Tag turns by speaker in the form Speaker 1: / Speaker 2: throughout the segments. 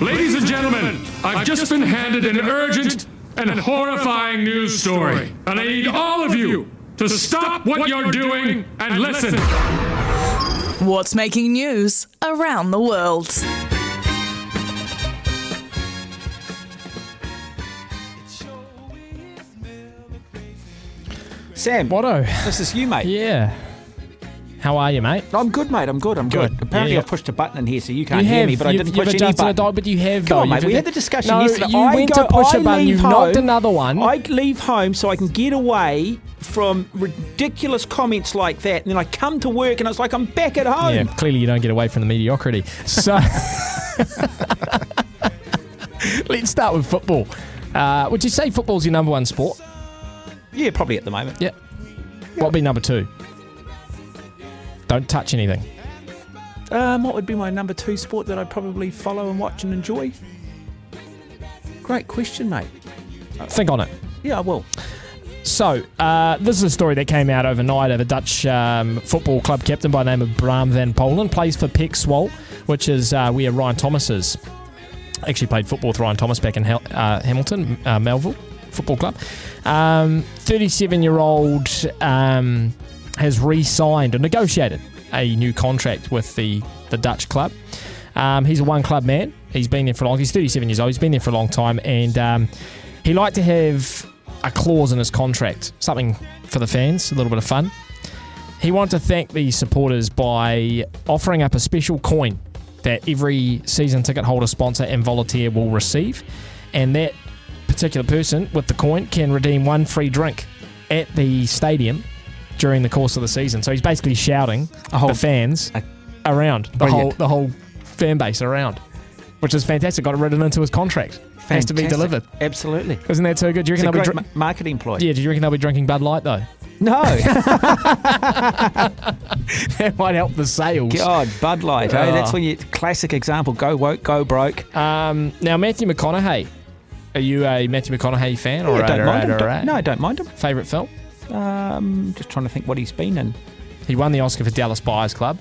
Speaker 1: Ladies and gentlemen, I've just been handed an urgent and horrifying news story, and I need all of you to stop what you're doing and listen.
Speaker 2: What's making news around the world?
Speaker 3: Sam,
Speaker 4: Watto.
Speaker 3: this is you, mate.
Speaker 4: Yeah. How are you, mate?
Speaker 3: I'm good, mate. I'm good. I'm good.
Speaker 4: Good.
Speaker 3: Apparently,
Speaker 4: Yeah,
Speaker 3: I've pushed a button in here, so you can't
Speaker 4: you
Speaker 3: hear
Speaker 4: have,
Speaker 3: me, but I
Speaker 4: you've-
Speaker 3: didn't
Speaker 4: you've
Speaker 3: push any
Speaker 4: adjusted
Speaker 3: button.
Speaker 4: a dial, but you have.
Speaker 3: Come
Speaker 4: though.
Speaker 3: on,
Speaker 4: You've
Speaker 3: mate. We
Speaker 4: adju-
Speaker 3: had the discussion
Speaker 4: no,
Speaker 3: yesterday.
Speaker 4: You
Speaker 3: I
Speaker 4: went
Speaker 3: go,
Speaker 4: to push
Speaker 3: I
Speaker 4: a button.
Speaker 3: leave
Speaker 4: You've
Speaker 3: home,
Speaker 4: knocked another one.
Speaker 3: I leave home so I can get away from ridiculous comments like that, and then I come to work and it's like I'm back at home.
Speaker 4: Yeah, clearly you don't get away from the mediocrity. So let's start with football. Uh, would you say football's your number one sport?
Speaker 3: Yeah, probably at the moment.
Speaker 4: Yeah. What'd be number two? Don't touch anything.
Speaker 3: Um, what would be my number two sport that I probably follow and watch and enjoy? Great question, mate.
Speaker 4: Think on it.
Speaker 3: Yeah, I will.
Speaker 4: So, uh, this is a story that came out overnight of a Dutch um, football club captain by the name of Bram van Polen. Plays for Pek Zwolle, which is uh, where Ryan Thomas is. Actually played football with Ryan Thomas back in Hel- uh, Hamilton, uh, Melville Football Club. 37 year old um, has re signed and negotiated a new contract with the, the Dutch club. Um, he's a one club man. He's been there for a long. He's 37 years old. He's been there for a long time, and um, he liked to have a clause in his contract, something for the fans, a little bit of fun. He wanted to thank the supporters by offering up a special coin that every season ticket holder, sponsor, and volunteer will receive, and that particular person with the coin can redeem one free drink at the stadium during the course of the season. So he's basically shouting
Speaker 3: A whole-
Speaker 4: the fans
Speaker 3: a-
Speaker 4: around the
Speaker 3: Brilliant.
Speaker 4: whole the whole fan base around, which is fantastic. Got it written into his contract. Has to be
Speaker 3: Fantastic.
Speaker 4: delivered.
Speaker 3: Absolutely.
Speaker 4: Isn't that too good? Do you
Speaker 3: It's
Speaker 4: reckon
Speaker 3: a
Speaker 4: they'll be
Speaker 3: great
Speaker 4: dri-
Speaker 3: ma- marketing ploy.
Speaker 4: yeah? Do you reckon they'll be drinking Bud Light though?
Speaker 3: No.
Speaker 4: that might help the sales.
Speaker 3: God, Bud Light. eh?
Speaker 4: Oh.
Speaker 3: That's when you classic example. Go woke, go broke.
Speaker 4: Um, now Matthew McConaughey, are you a Matthew McConaughey fan?
Speaker 3: Yeah,
Speaker 4: All right,
Speaker 3: don't
Speaker 4: all
Speaker 3: mind
Speaker 4: right,
Speaker 3: him.
Speaker 4: all
Speaker 3: Don't-
Speaker 4: right.
Speaker 3: No, I don't mind him.
Speaker 4: Favorite film?
Speaker 3: Um, just trying to think what he's been in.
Speaker 4: He won the Oscar for Dallas Buyers Club.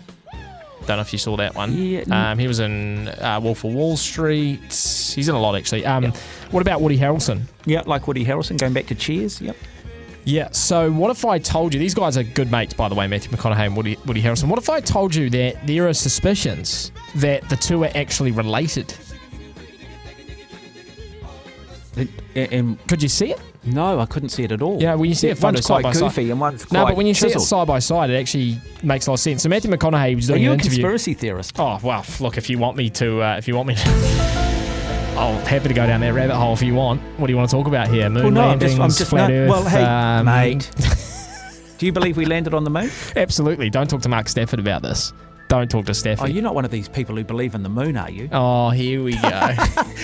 Speaker 4: Don't know if you saw that one.
Speaker 3: Yeah, n-
Speaker 4: Um, he was in uh, Wolf of Wall Street. He's in a lot actually. Um,
Speaker 3: Yeah.
Speaker 4: What about Woody Harrelson?
Speaker 3: Yeah, like Woody Harrelson going back to Cheers. Yep.
Speaker 4: Yeah. So what if I told you these guys are good mates, by the way, Matthew McConaughey and Woody, Woody Harrelson? What if I told you that there are suspicions that the two are actually related? Could you see it?
Speaker 3: no, I couldn't see it at all.
Speaker 4: Yeah, when you see a photo
Speaker 3: one's
Speaker 4: side
Speaker 3: quite
Speaker 4: by side-
Speaker 3: goofy and one's
Speaker 4: No,
Speaker 3: quite
Speaker 4: but when you see it
Speaker 3: chiseled.
Speaker 4: side by side, it actually makes a lot of sense. So Matthew McConaughey was
Speaker 3: Are
Speaker 4: doing
Speaker 3: you a
Speaker 4: an interview.
Speaker 3: conspiracy theorist?
Speaker 4: Oh well, look, if you want me to, uh, if you want me, to, oh, happy to go down that rabbit hole if you want. What do you want to talk about here? Moon
Speaker 3: Well, no, I'm
Speaker 4: landings,
Speaker 3: just, I'm just
Speaker 4: flat
Speaker 3: not.
Speaker 4: Earth.
Speaker 3: Well, hey,
Speaker 4: um,
Speaker 3: mate. Do you believe we landed on the moon?
Speaker 4: absolutely. Don't talk to Mark Stafford about this. Don't talk to
Speaker 3: Oh,
Speaker 4: Stafford.
Speaker 3: you're not one of these people who believe in the moon, are you?
Speaker 4: Oh, here we go.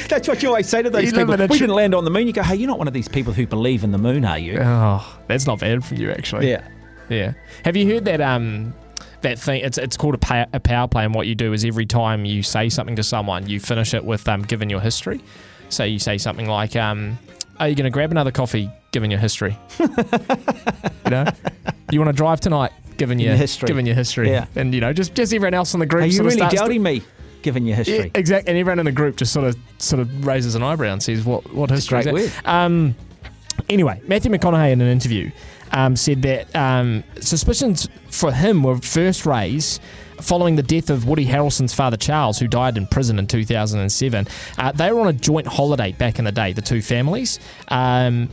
Speaker 3: That's what you always say to those
Speaker 4: You live
Speaker 3: people.
Speaker 4: in a
Speaker 3: we
Speaker 4: tr-
Speaker 3: didn't land on the moon. You go, hey, you're not one of these people who believe in the moon, are you?
Speaker 4: oh, that's not bad from you, actually.
Speaker 3: Yeah.
Speaker 4: Yeah. Have you heard that um that thing? It's it's called a, pa- a power play, and what you do is every time you say something to someone, you finish it with um given your history. So you say something like um, "Are you going to grab another coffee?" Given your history, you know, you want to drive tonight. Given your
Speaker 3: Your history.
Speaker 4: given your history,
Speaker 3: Yeah.
Speaker 4: and you know, just just everyone else in the group.
Speaker 3: Are you
Speaker 4: sort of
Speaker 3: really
Speaker 4: starts to-
Speaker 3: doubting me, given your history?
Speaker 4: yeah, exactly. And everyone in the group just sort of sort of raises an eyebrow and says, "What what history?"
Speaker 3: great
Speaker 4: is that? Um, anyway, Matthew McConaughey in an interview um, said that um, suspicions for him were first raised following the death of Woody Harrelson's father Charles, who died in prison in 2007. Uh, they were on a joint holiday back in the day, the two families. Um,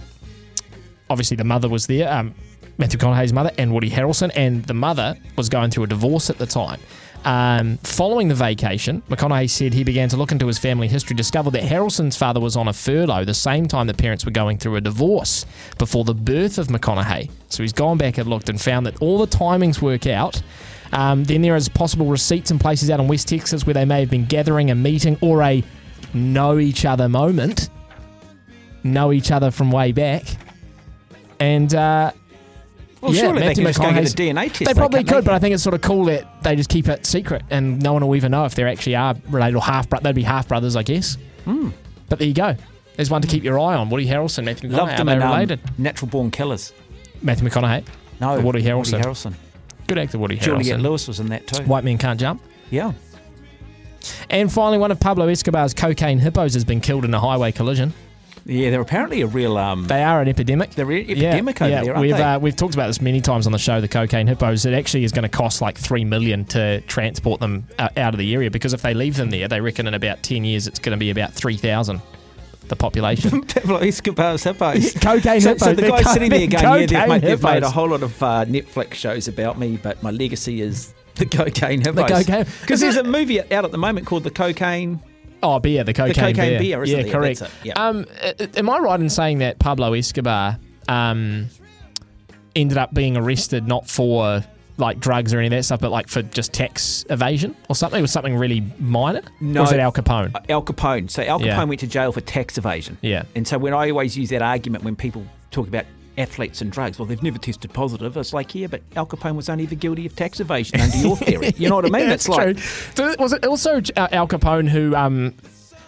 Speaker 4: obviously the mother was there, um, Matthew McConaughey's mother, and Woody Harrelson, and the mother was going through a divorce at the time. Um, following the vacation, McConaughey said he began to look into his family history, discovered that Harrelson's father was on a furlough the same time the parents were going through a divorce before the birth of McConaughey. So he's gone back and looked and found that all the timings work out. Um, then there is possible receipts in places out in West Texas where they may have been gathering a meeting or a know each other moment, know each other from way back. And uh,
Speaker 3: Well,
Speaker 4: Yeah,
Speaker 3: surely they
Speaker 4: Matthew
Speaker 3: can just go get a
Speaker 4: McConaughey's-
Speaker 3: DNA test.
Speaker 4: they probably
Speaker 3: can't they?
Speaker 4: could, but I think it's sort of cool that they just keep it secret and no one will even know if they actually are related or half brothers. They'd be half brothers, I guess. But there you go. There's one to keep your eye on. Woody Harrelson, Matthew McConaughey.
Speaker 3: Loved
Speaker 4: are
Speaker 3: them
Speaker 4: they
Speaker 3: in um,
Speaker 4: related?
Speaker 3: Natural Born Killers.
Speaker 4: Matthew McConaughey.
Speaker 3: No,
Speaker 4: Woody Harrelson.
Speaker 3: Woody Harrelson.
Speaker 4: Good actor, Woody Harrelson.
Speaker 3: Juliet Lewis was in that too.
Speaker 4: White Men Can't Jump.
Speaker 3: Yeah.
Speaker 4: And finally, one of Pablo Escobar's cocaine hippos has been killed in a highway collision.
Speaker 3: Yeah, they're apparently a real. Um,
Speaker 4: They are an epidemic.
Speaker 3: They're an
Speaker 4: Yeah,
Speaker 3: epidemic over
Speaker 4: yeah.
Speaker 3: there, aren't
Speaker 4: we've,
Speaker 3: they?
Speaker 4: Uh, we've talked about this many times on the show. The cocaine hippos. It actually is going to cost like three million to transport them uh, out of the area because if they leave them there, they reckon in about ten years it's going to be about three thousand the population.
Speaker 3: Pablo Escobar's hippos.
Speaker 4: cocaine
Speaker 3: So, so the guy's sitting there going, yeah, they've,
Speaker 4: cocaine
Speaker 3: made, they've made a
Speaker 4: hippos."
Speaker 3: whole lot of uh, Netflix shows about me, but my legacy is the cocaine hippos.
Speaker 4: cocaine-
Speaker 3: Because there's a
Speaker 4: Isn't
Speaker 3: movie out at the moment called The Cocaine.
Speaker 4: Oh, beer, the cocaine,
Speaker 3: cocaine beer, isn't
Speaker 4: yeah,
Speaker 3: it? Yeah,
Speaker 4: correct.
Speaker 3: that's it. Yeah.
Speaker 4: Um, a- a- am I right in saying that Pablo Escobar um, ended up being arrested not for like drugs or any of that stuff, but like for just tax evasion or something? It was something really minor.
Speaker 3: No.
Speaker 4: Or was it Al Capone?
Speaker 3: Al Capone. So Al Capone
Speaker 4: Yeah.
Speaker 3: went to jail for tax evasion.
Speaker 4: Yeah.
Speaker 3: And so when I always use that argument when people talk about athletes and drugs, well, they've never tested positive. It's like, yeah, but Al Capone was only ever guilty of tax evasion under your theory. You know what I mean?
Speaker 4: Yeah,
Speaker 3: it's like,
Speaker 4: true. So was it also uh, Al Capone who um,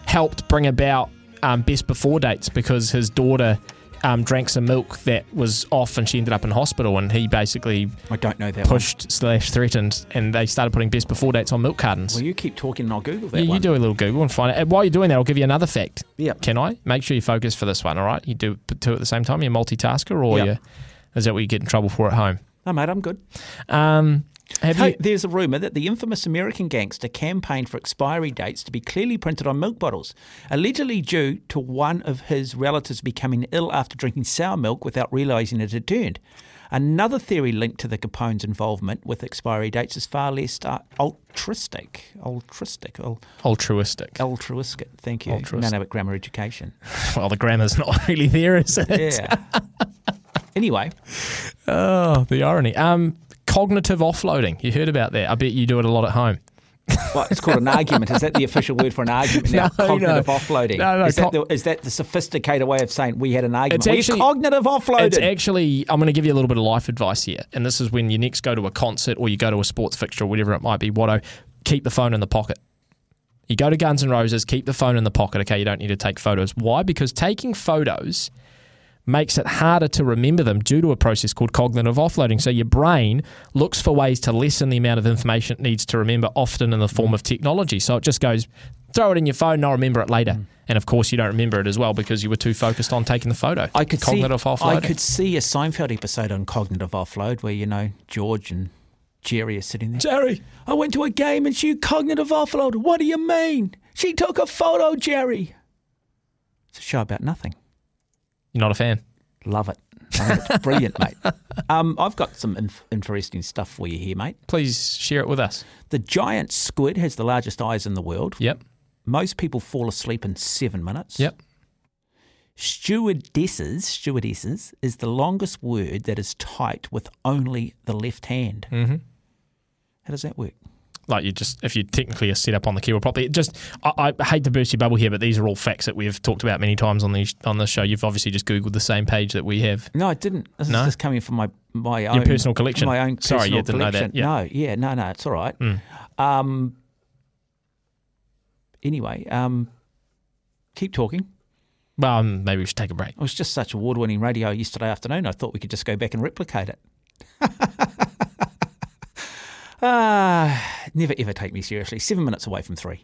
Speaker 4: helped bring about um, best before dates because his daughter um, drank some milk that was off and she ended up in hospital and he basically
Speaker 3: I don't know that
Speaker 4: pushed slash threatened and they started putting best before dates on milk cartons.
Speaker 3: one. Well, you keep talking and I'll Google that
Speaker 4: Yeah, you,
Speaker 3: one.
Speaker 4: do a little Google and find it. And while you're doing that, I'll give you another fact.
Speaker 3: Yep.
Speaker 4: Can I? Make sure you focus for this one, all right? You do two at the same time. You're a multitasker or
Speaker 3: Yep.
Speaker 4: you is that what you get in trouble for at home?
Speaker 3: No, mate, I'm good.
Speaker 4: Um, have
Speaker 3: Hey,
Speaker 4: you?
Speaker 3: there's a rumour that the infamous American gangster campaigned for expiry dates to be clearly printed on milk bottles, allegedly due to one of his relatives becoming ill after drinking sour milk without realising it had turned. Another theory linked to the Capone's involvement with expiry dates is far less uh, altruistic. Altruistic. Al-
Speaker 4: Altruistic.
Speaker 3: altruistic. Thank you.
Speaker 4: Altruistic.
Speaker 3: None of it grammar education.
Speaker 4: Well, the grammar's not really there, is it?
Speaker 3: Yeah. anyway,
Speaker 4: Oh, the irony. Um, cognitive offloading. You heard about that? I bet you do it a lot at home.
Speaker 3: well, it's called an argument. Is that the official word for an argument now?
Speaker 4: No,
Speaker 3: cognitive
Speaker 4: no.
Speaker 3: offloading.
Speaker 4: No, no,
Speaker 3: is, that
Speaker 4: co-
Speaker 3: the, is that the sophisticated way of saying we had an argument?
Speaker 4: It's
Speaker 3: We
Speaker 4: actually-
Speaker 3: cognitive
Speaker 4: It's
Speaker 3: offloaded.
Speaker 4: actually, I'm going to give you a little bit of life advice here. And this is when you next go to a concert or you go to a sports fixture or whatever it might be, Watto, keep the phone in the pocket. You go to Guns N' Roses, keep the phone in the pocket, okay? You don't need to take photos. Why? Because taking photos makes it harder to remember them due to a process called cognitive offloading. So your brain looks for ways to lessen the amount of information it needs to remember, often in the form of technology. So it just goes, throw it in your phone, and I'll remember it later.
Speaker 3: Mm.
Speaker 4: And of course, you don't remember it as well because you were too focused on taking the photo.
Speaker 3: I could
Speaker 4: cognitive
Speaker 3: see.
Speaker 4: offloading.
Speaker 3: I could see a Seinfeld episode on cognitive offload where you know George and Jerry are sitting there.
Speaker 4: Jerry.
Speaker 3: I went to a game and she cognitive offload. What do you mean? She took a photo, Jerry. It's a show about nothing.
Speaker 4: You're not a fan.
Speaker 3: Love it. I think it's brilliant, mate. Um, I've got some inf- interesting stuff for you here, mate.
Speaker 4: Please share it with us.
Speaker 3: The giant squid has the largest eyes in the world.
Speaker 4: Yep.
Speaker 3: Most people fall asleep in seven minutes.
Speaker 4: Yep.
Speaker 3: Stewardesses, stewardesses is the longest word that is typed with only the left hand. Mm-hmm. How does that work?
Speaker 4: Like you just, if you technically are set up on the keyboard properly, it just I, I hate to burst your bubble here, but these are all facts that we've talked about many times on the on the show. You've obviously just googled the same page that we have.
Speaker 3: No, I didn't. This
Speaker 4: No?
Speaker 3: is just coming from my my own
Speaker 4: personal collection.
Speaker 3: My own
Speaker 4: Sorry,
Speaker 3: personal
Speaker 4: you didn't know that. Mm.
Speaker 3: collection. No, yeah, no, no, it's all right. Um. Anyway, um, keep talking.
Speaker 4: Well, um, maybe we should take a break.
Speaker 3: It was just such award-winning radio yesterday afternoon. I thought we could just go back and replicate it. Ah, never ever take me seriously. Seven minutes away from three.